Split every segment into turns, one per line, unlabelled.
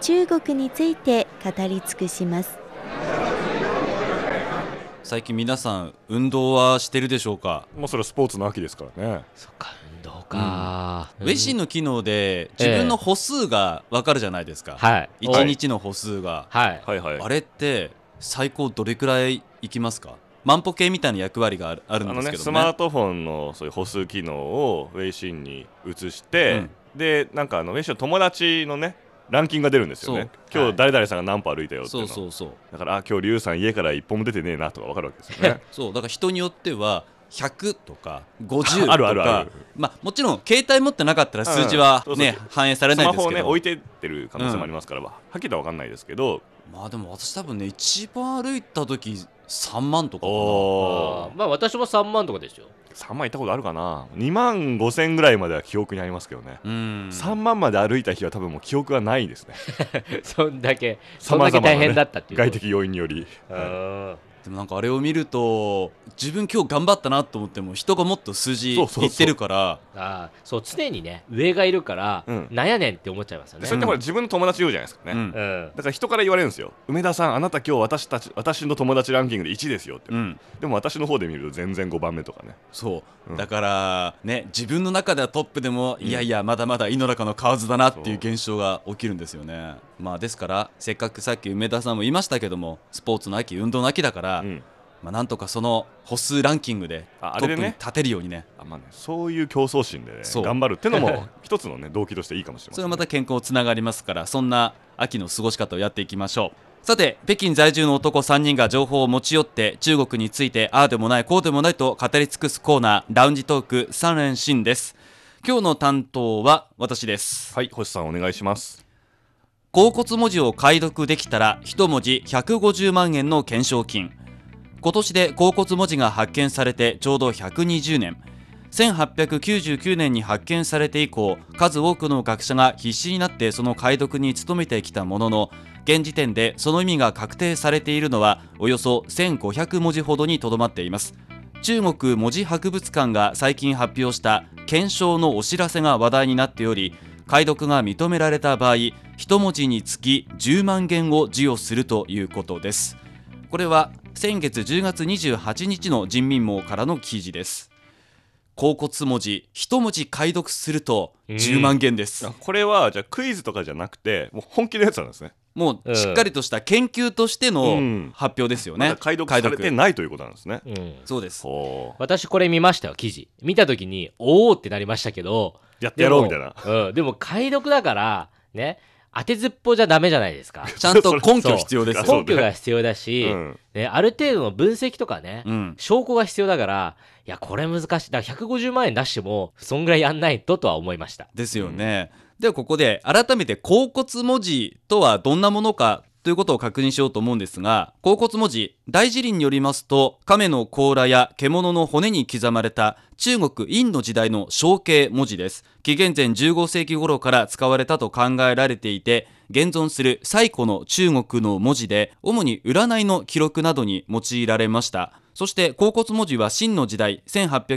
中国について語り尽くします。
最近皆さん運動はしてるでしょうか、
もうそれはスポーツの秋ですからね。
そっか運動か、
ウェシンの機能で自分の歩数が分かるじゃないですか、
はい
一
はい
日の歩数が、
はい
はいはい。
あれって最高どれくらいいきますか万歩計みたいな役割があるあるん
あ
で
の
すけ
ね、
ど
ス
ね
マートフォンのそういう歩数機能をウェイシンに移して、で、なんかあのウェイシンの友達のね、ランキングが出るんですよね。
そう
今日誰々さんが何歩歩いたよってい
そ
うの。
うそうそう。
だから、あ、今日リュウさん家から一歩も出てねえなとかわかるわけですよね
そうだから人によっては100と か50とか
あるあるある
まあ、もちろん携帯持ってなかったら数字は、ね
うんそうそう
反映され
ス
ない
マ
で
ホ
す
を
け
ね
ど、
置いてってる可能性もありますから、はっきりとは分かんないですけど
まあでも私多分ね一番歩いた時3万とかかな
お
あーまあ私も3万とかでしょ
3万行ったことあるかな2万5千ぐらいまでは記憶にありますけどね、
うん
3万まで歩いた日は多分もう記憶がないですね
そんだけ そん
様々なね
だけ大変だったっていう
外的要因により
あ
でもなんかあれを見ると自分今日頑張ったなと思っても人がもっと数字い
そうそうそう
ってるから
ーあーそう常にね上がいるから、
うん
なんやねんって思っちゃいますよ
で
ね
それってほら自分の友達言うじゃないですかね、
うん
うん
だから人から言われるんですよ梅田さんあなた今日私たち私の友達ランキングで1ですよって、
うん
でも私の方で見ると全然5番目とかね
そう、
うん
だからね自分の中ではトップでも、いやいやまだまだ井の中の蛙だなっていう
そ
現象が起きるんですよねまあですからせっかくさっき梅田さんも言いましたけどもスポーツの秋運動の秋だから、
うん
まあ、なんとかその歩数ランキングで
ああ
ト
れ
ップ
で
に
ね
立てるようにね
あまあねそういう競争心でね、
そう
頑張るってのも一つのね動機としていいかもしれま
そ
せ
れ
ん、
は
ね、
また健康つながりますからそんな秋の過ごし方をやっていきましょうさて北京在住の男3人が情報を持ち寄って中国についてああでもないこうでもないと語り尽くすコーナーラウンジトーク3連新です今日の担当は私です
はい星さんお願いします
甲骨文字を解読できたら一文字150万円の懸賞金今年で甲骨文字が発見されてちょうど120年1899年に発見されて以降数多くの学者が必死になってその解読に努めてきたものの現時点でその意味が確定されているのはおよそ1500文字ほどにとどまっています中国文字博物館が最近発表した検証のお知らせが話題になっており解読が認められた場合一文字につき10万元を授与するということですこれは先月10月28日の人民網からの記事です甲骨文字一文字解読すると10万元です、
あこれはじゃあクイズとかじゃなくてもう本気のやつなんですね
もうしっかりとした研究として
う
の
ん
発表ですよ
ま
ね、
だ解読されてないということなんですね
うん
そうです
ほう
私これ見ましたよ記事見た時におおってなりましたけど
やって
で
やろう
も
みたいな
うん、でも解読だからね当てずっぽうじゃダメじゃないですか
ちゃんと根拠必要です
そう
よ、
根拠が必要だし、
うん
ね、ある程度の分析とかね、
うん、
証拠が必要だからいやこれ難しいだから150万円出してもそんぐらいやんないととは思いました
ですよね、ではここで改めて甲骨文字とはどんなものかということを確認しようと思うんですが甲骨文字大辞林によりますと亀の甲羅や獣の骨に刻まれた中国殷の時代の象形文字です紀元前15世紀頃から使われたと考えられていて現存する最古の中国の文字で主に占いの記録などに用いられましたそして甲骨文字は秦の時代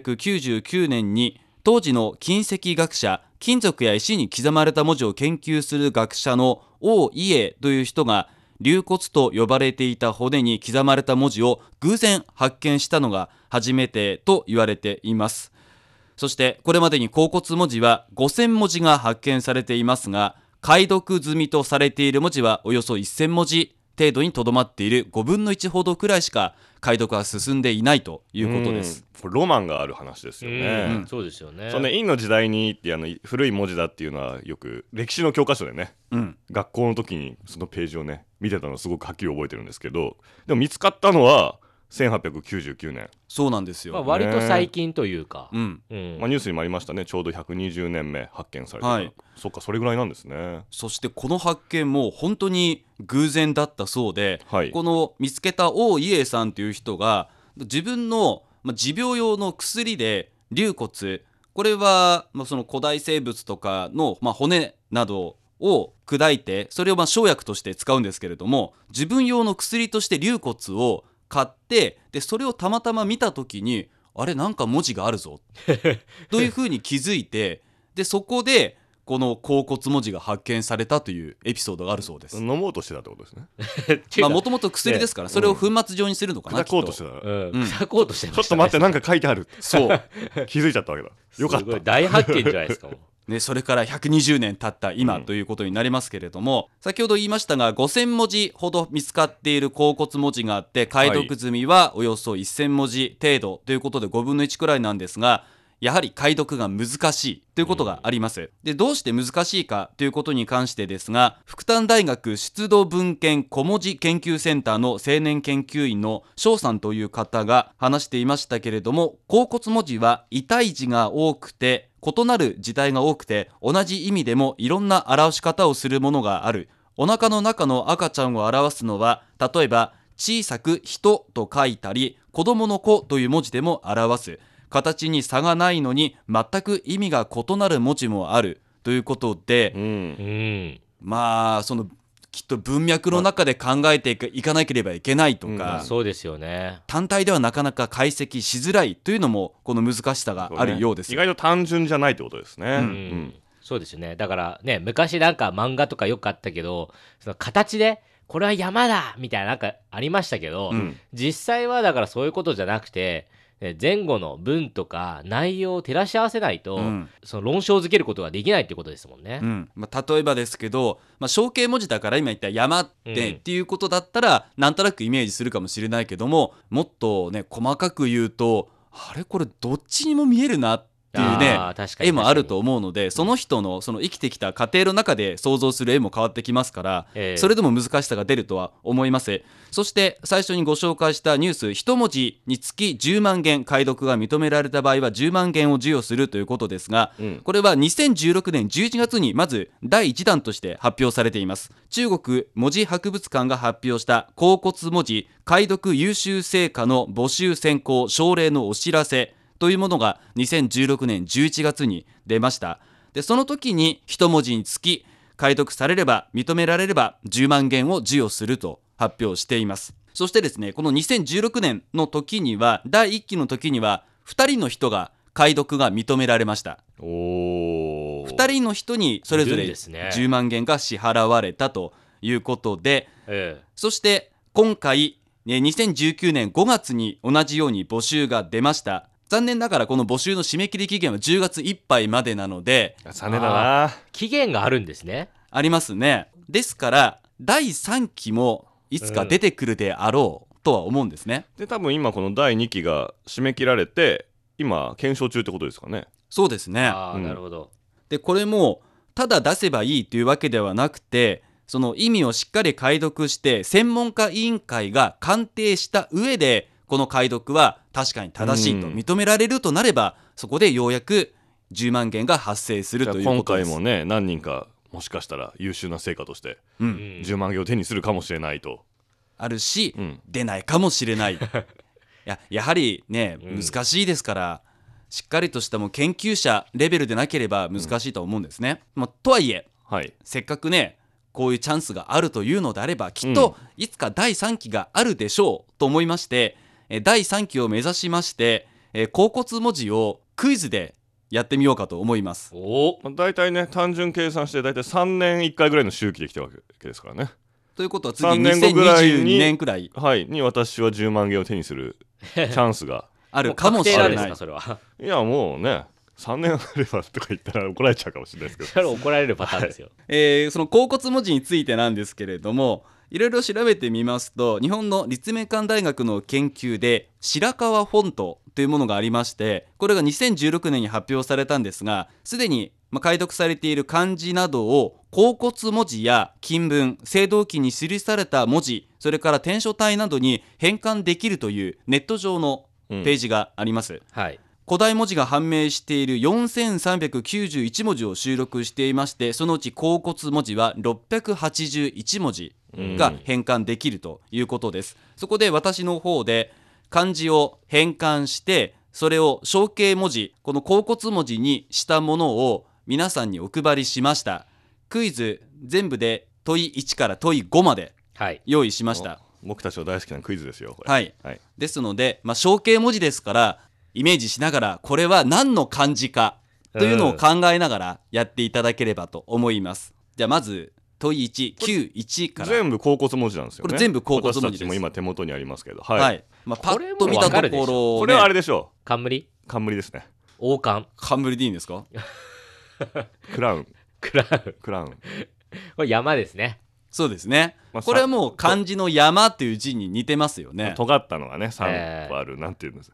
1899年に当時の金石学者金属や石に刻まれた文字を研究する学者の王伊栄という人が龍骨と呼ばれていた骨に刻まれた文字を偶然発見したのが初めてと言われていますそしてこれまでに甲骨文字は5000文字が発見されていますが解読済みとされている文字はおよそ1000文字程度にとどまっている5分の1ほどくらいしか解読は進んでいないということです。
うんこれロマンがある話ですよね、
うんそうですよね
その陰の時代にってあのい古い文字だっていうのはよく歴史の教科書でね
うん、
学校の時にそのページをね見てたのすごくはっきり覚えてるんですけどでも見つかったのは1899年、
そうなんです
まあ、
よ。
割と最近というか、
うん。
うん
まあ、ニュースにもありましたねちょうど120年目発見された、
はい
そっかそれぐらいなんですね
そしてこの発見も本当に偶然だったそうで、
はい
この見つけた王伊栄さんという人が自分の、まあ、持病用の薬で龍骨これは、まあ、その古代生物とかの、まあ、骨などを砕いてそれをまあ生薬として使うんですけれども自分用の薬として龍骨を買ってでそれをたまたま見た時にあれなんか文字がある ぞというふうに気づいてでそこでこの甲骨文字が発見されたというエピソードがあるそうです。
飲もうとしてたってことですね
っていう
まあ
か
もともと薬ですから、それを粉末状にするのかな、
砕こうとして
きった
う、
うんん
草こうとしてま
ちょっ
した、
と
ね。
待ってなんか書いてある
そう、
気づいちゃったわけだよかっ
すごい
た
大発見じゃないですか。もう
ね、それから120年経った今
うん
ということになりますけれども、先ほど言いましたが5,000文字ほど見つかっている甲骨文字があって解読済みはおよそ1,000文字程度ということで5分の1くらいなんですがやはり解読が難しいということがあります。でどうして難しいかということに関してですが福旦大学出土文献小文字研究センターの青年研究員の翔さんという方が話していましたけれども甲骨文字は異体字が多くて異なる字体が多くて同じ意味でもいろんな表し方をするものがあるお腹の中の赤ちゃんを表すのは例えば小さく人と書いたり子供の子という文字でも表す形に差がないのに全く意味が異なる文字もあるということで、
うん
うん。
まあそのきっと文脈の中で考えていかいかなければいけないと
うん
か、
そうですよね。
単体ではなかなか解析しづらいというのもこの難しさがあるようです。
意外と単純じゃないってことですね、
う
うん。そうですよね。だからね、昔なんか漫画とかよくあったけど、その形で、これは山だみたいななんかありましたけど、
うん
実際はだからそういうことじゃなくて、ね前後の文とか内容を照らし合わせないと、
うん
その論証づけることができないってことですもんね。
うんまあ、例えばですけど、まあ、象形文字だから今言った山って、
うん
っていうことだったらなんとなくイメージするかもしれないけどももっとね細かく言うとあれこれどっちにも見えるなっていうね
あー確かに
絵もあると、思うのでその人のその生きてきた過程の中で想像する絵も変わってきますから、
ええ
それでも難しさが出るとは思いますそして最初にご紹介したニュース一文字につき10万元解読が認められた場合は10万元を授与するということですが、
うん
これは2016年11月にまず第1弾として発表されています中国文字博物館が発表した甲骨文字解読優秀成果の募集選考奨励のお知らせというものが2016年11月に出ましたでその時に一文字につき解読されれば認められれば10万元を授与すると発表していますそしてですねこの2016年の時には第1期の時には2人の人が解読が認められました
おお
2人の人にそれぞれ
いるんですね
10万円が支払われたということで
ええ
そして今回ね2019年5月に同じように募集が出ました残念ながらこの募集の締め切り期限は10月いっぱいまでなので
残念だな
期限があるんですね。
ありますねですから第3期もいつか出てくるであろうとは思うんですね、
で多分今この第2期が締め切られて今検証中ってことですかね
そうですね
ああ、
うん
なるほど。
でこれもただ出せばいいというわけではなくてその意味をしっかり解読して専門家委員会が鑑定した上でこの解読は確かに正しいと
うん
認められるとなれば、そこでようやく10万件が発生する
じゃあ
という
今
ことで
回
す
もね何人かもしかしたら優秀な成果として
う、
うんん
10万円を手にするかもしれないと、
あるし、
うん
出ないかもしれ ないいややはりね
うん
難しいですから、しっかりとしたもう研究者レベルでなければ難しいと思うんですね。まあとはいえ
はい
せっかくねこういうチャンスがあるというのであればきっといつか第3期があるでしょうと思いまして、えー第3期を目指しまして、えー、甲骨文字をクイズでやってみようかと思います
おお、
まあ、大体ね単純計算して大体3年1回ぐらいの周期で来たわけですからね
ということは次
3年後ぐらいに
2022年くらい
はいに私は10万円を手に するチャンスが
あ
もう
るかもしれ
確定んで
な
す
い
か、それは。
いやもうね3年あればとか言ったら怒られちゃうかもしれないですけど
それは怒られるパターンですよ。
えーその甲骨文字についてなんですけれどもいろいろ調べてみますと日本の立命館大学の研究で白川フォントというものがありましてこれが2016年に発表されたんですがすでにまあ解読されている漢字などを甲骨文字や金文青銅器に記された文字それから転書体などに変換できるというネット上の
ペ
ページがあります、
はい。
古代文字が判明している4391文字を収録していましてそのうち甲骨文字は681文字が変換できるということです、そこで私の方で漢字を変換してそれを象形文字この甲骨文字にしたものを皆さんにお配りしましたクイズ全部で問い1から問い5まで
はい。
用意しました
僕たちの大好きなクイズですよこれ
はい
はい
ですので、まあ、象形文字ですからイメージしながらこれは何の漢字かというのを考えながらやっていただければと思います、じゃあまず問い191から
全部甲骨文字なんですよね
これ全部甲骨文字です
私たちも今手元にありますけど
はい、
はい、
まあ、パ
これ
ッ
も
と見た
わか
と
るでしょ
ころ、ね、
これはあれでしょ
冠
う冠ですね
王冠
カンブリディーンですか
クラウン
クラウン。
クラウン
これ山ですね。
そうですね、
まあ
これはもう漢字の山という字に似てますよね
尖ったのがね
え
3
ー
個あるなんていうんです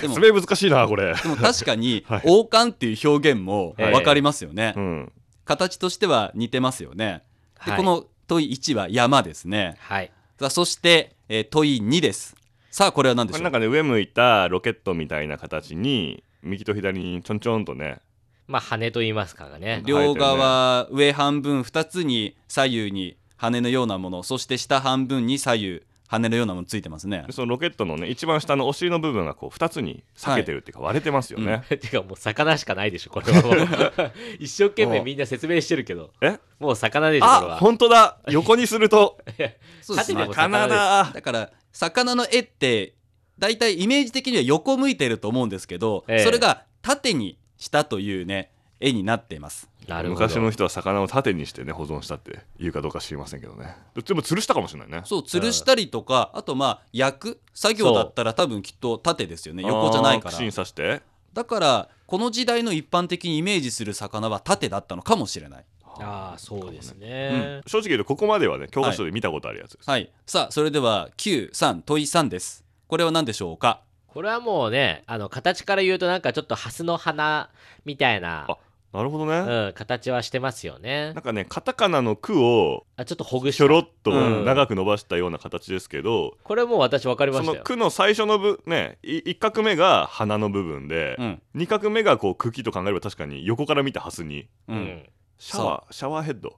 でも
説明難しいなこれ
でも確かに
はい
王冠っていう表現も
ええ
分かりますよね、
うん
形としては似てますよねで、
はい
この問い1は山ですね
はい。
さあそして、えー問い2ですさあこれは何で
こ
し
れ
ょ
なん
う
かね上向いたロケットみたいな形に右と左にちょんちょんとね
まあ羽と言いますからね。
両側、上半分2つに左右に羽のようなものそして下半分に左右羽のようなものついてますね
でそのロケットのね一番下のお尻の部分がこう2つに裂けてるっていうか割れてますよね、
うん
てかもう魚しかないでしょ、これはもう。一生懸命みんな説明してるけど。
え
もう魚でしょ、これ
あ
は。
本当だ横にすると
そうです
縦
ね
でも
魚だ
だから魚の絵って大体イメージ的には横向いてると思うんですけど、
ええ
それが縦にしたというね絵になっています
なるほど。
昔の人は魚を縦にしてね保存したっていうかどうか知りませんけどねでも吊るしたかもしれないね
そう吊るしたりとか、あとまあ焼く作業だったら多分きっと縦ですよね横じゃないから
あー串に刺して
だからこの時代の一般的にイメージする魚は縦だったのかもしれない
ああ、そうですね。
正直言うとここまではね教科書で見たことあるやつです、
はいさあそれでは93問い3ですこれは何でしょうか
これはもうね、あの形から言うとなんかちょっとハスの花みたいな、
なるほどね、
うん、形はしてますよね
なん。かねカタカナの「ク」を
あちょっとほぐし
ひょろ
た。
っと
うん
長く伸ばしたような形ですけど、
これもう私分かりま
そ
した
の「
よ
く」の最初の部ね1画目が花の部分で、
うん
二2画目がこう茎と考えれば確かに横から見たハスに
う、
うんん
シャワーシャワーヘッド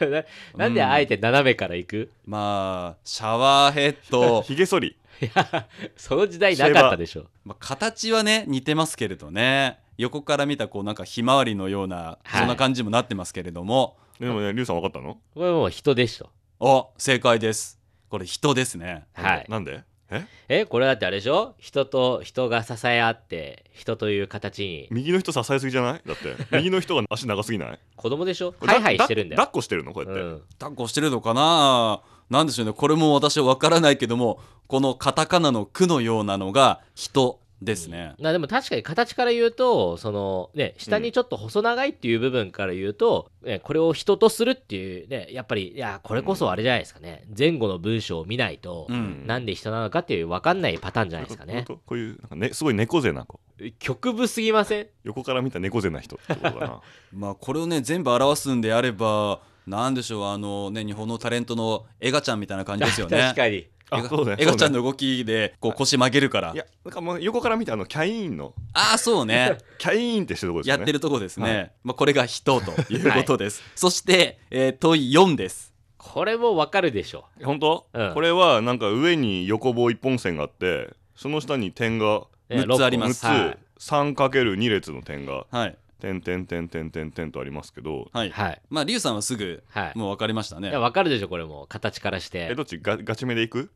ななんで あえて斜めから行く、
まあシャワーヘッ ド、
ひげ剃り
いやその時代なかったでしょ
まあ、形はね似てますけれどね横から見たこうなんかひまわりのような
はい
そんな感じもなってますけれども、
でもねリュウさん分かったの
これもう人でしょ
あ正解ですこれ人ですね
はい
なんでえ
えこれだってあれでしょ人と人が支え合って人という形に
右の人支えすぎじゃないだって右の人が足長す ぎない
子供でしょハイハイしてるんだよ
抱っこしてるのこうやって、
うん
抱っこしてるのかななんでしょうねこれも私は分からないけどもこのカタカナの「く」のようなのが「人」ですね、
なでも確かに形から言うとそのね下にちょっと細長いっていう部分から言うと、ね、これを人とするっていうねやっぱりいやこれこそあれじゃないですかね、前後の文章を見ないと、
うん
なんで人なのかっていう分かんないパターンじゃないですかね
こういうなんかねすごい猫背な子
極部すぎません
横から見た猫背な人ってことかな
まあこれをね全部表すんであればなんでしょうあのね日本のタレントのエガちゃんみたいな感じですよね
確かに
あそうね
エガちゃん
の
の動きでこう腰曲げるから
いやなんかもう横から見たあのキャインの
ああそうね
キャインってしてるとこです
や
よ
っ
ね
てるとこですね、
は
まあこれが人ということです、そして、えー問い4です
これも分かるでしょ
本当、
うん
これはなんか上に横棒一本線があってその下に点が
ね
六つありま
6
す
つ、
はい
3×2 列の点が
はい
点点点点点点とありますけど
はい、
はい
まあリュウさんはすぐ
はい
もう分かりましたね
いや分かるでしょこれも形からし
え
て
どっちガガチめでい く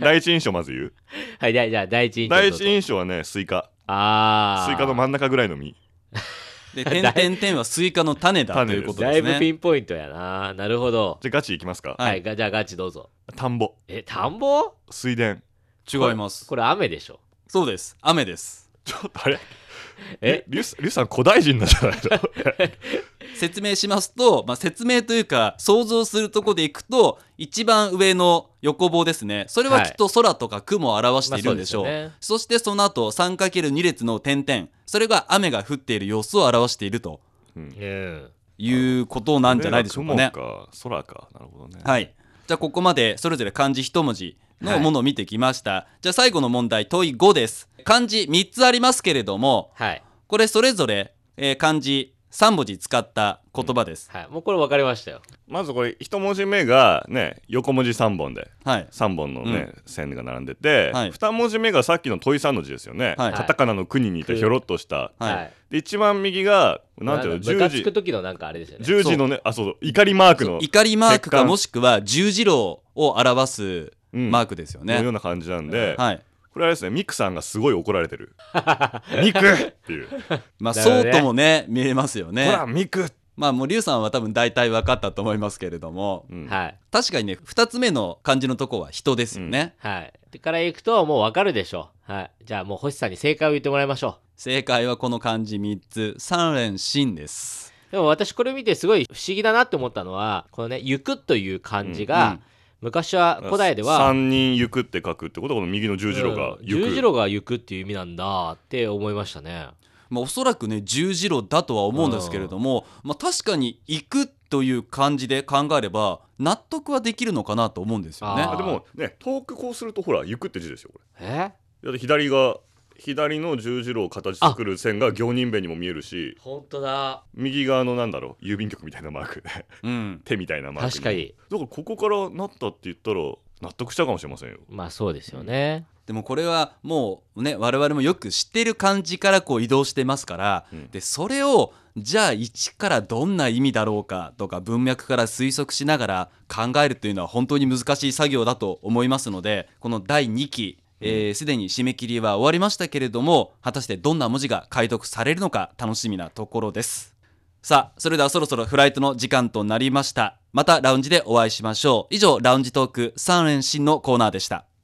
第一印象まず言う
はいじゃあじゃあ第一印象
第一
どうぞ
印象はねスイカ
ああ
スイカの真ん中ぐらいの実
で点々点はスイカの種だと
種
い
です
うこと
だ
で
い
す
ぶ
ね
ピンポイントやななるほど
じゃあガチいきますか、
はい、
はい
がじゃあガチどうぞ
田んぼ
え田んぼ
水田
違います
これ雨でしょ
そうです雨です
ちょっとあれ
え
リュウリュウさん古代人なんじゃないの
説明しますと、まあ、説明というか想像するとこでいくと一番上の横棒ですねそれはきっと空とか雲を表しているんでしょう,、
まあそう
そ
ですよね
してその後 3×2 列の点々それが雨が降っている様子を表していると
うん
いうこと なんじゃないでしょうかね。
雲か空かなるほどね
はい、じゃあここまでそれぞれ漢字一文字のものを見てきました、じゃあ最後の問題問い5です漢字3つありますけれども
はい。
これそれぞれ、えー漢字3文字使った言葉です、
はい。もうこれ分かりましたよ。
まずこれ一文字目がね横文字3本で
はい
3本のね、線が並んでて、
はい
2文字目がさっきの問い3の字ですよね、
はい
カタカナの国にいたひょろっとした、
はい
で一番右がなんていうの
ム
十
カつ
字
く時のなんかあれですよね。
十字のねあそうそう怒りマークの
怒りマーク
欠
か
陥
もしくは十字路を表す
うん
マークですよね、
のような感じなんで、
はい
これはですねミクさんがすごい怒られ てるミクっていう、
まあ、
だよ
そ
ね
うともね見えますよ
ほ
ね
らミク、
まあもう龍さんは多分大体分かったと思いますけれども
うん
はい。
確かにね2つ目の漢字のとこは人ですよね、
はい。でから行くともう分かるでしょう。はい。じゃあもう星さんに正解を言ってもらいましょ
正解はこの漢字3つ三連心です
う。でも私これ見てすごい不思議だなって思ったのは、このね、行くという漢字が、
うんうん
昔は古代では、
3人行くって書くってことはこの右の十字路が
うん
行く、
十字路が行くっていう意味なんだって思いましたね。
まあ、おそらくね十字路だとは思うんですけれども、まあ、確かに「行く」という漢字で考えれば納得はできるのかなと思うんですよね
あ
あでもね遠くこうするとほら行くって字ですよこ
え
れだって左が左の十字路を形作る線が行人弁にも見えるし
本当だ。
右側のなんだろう郵便局みたいなマーク
うん、
手みたいなマーク
確かに。
だからここからなったって言ったら納得したかもしれませんよ
まあそうですよね。
でもこれはもうね我々もよく知ってる漢字からこう移動してますから、
うん
でそれをじゃあ1からどんな意味だろうかとか文脈から推測しながら考えるというのは本当に難しい作業だと思いますのでこの第2期すで、えー既に締め切りは終わりましたけれども果たしてどんな文字が解読されるのか楽しみなところです。さあそれではそろそろフライトの時間となりましたまたラウンジでお会いしましょう以上ラウンジトーク3連新のコーナーでした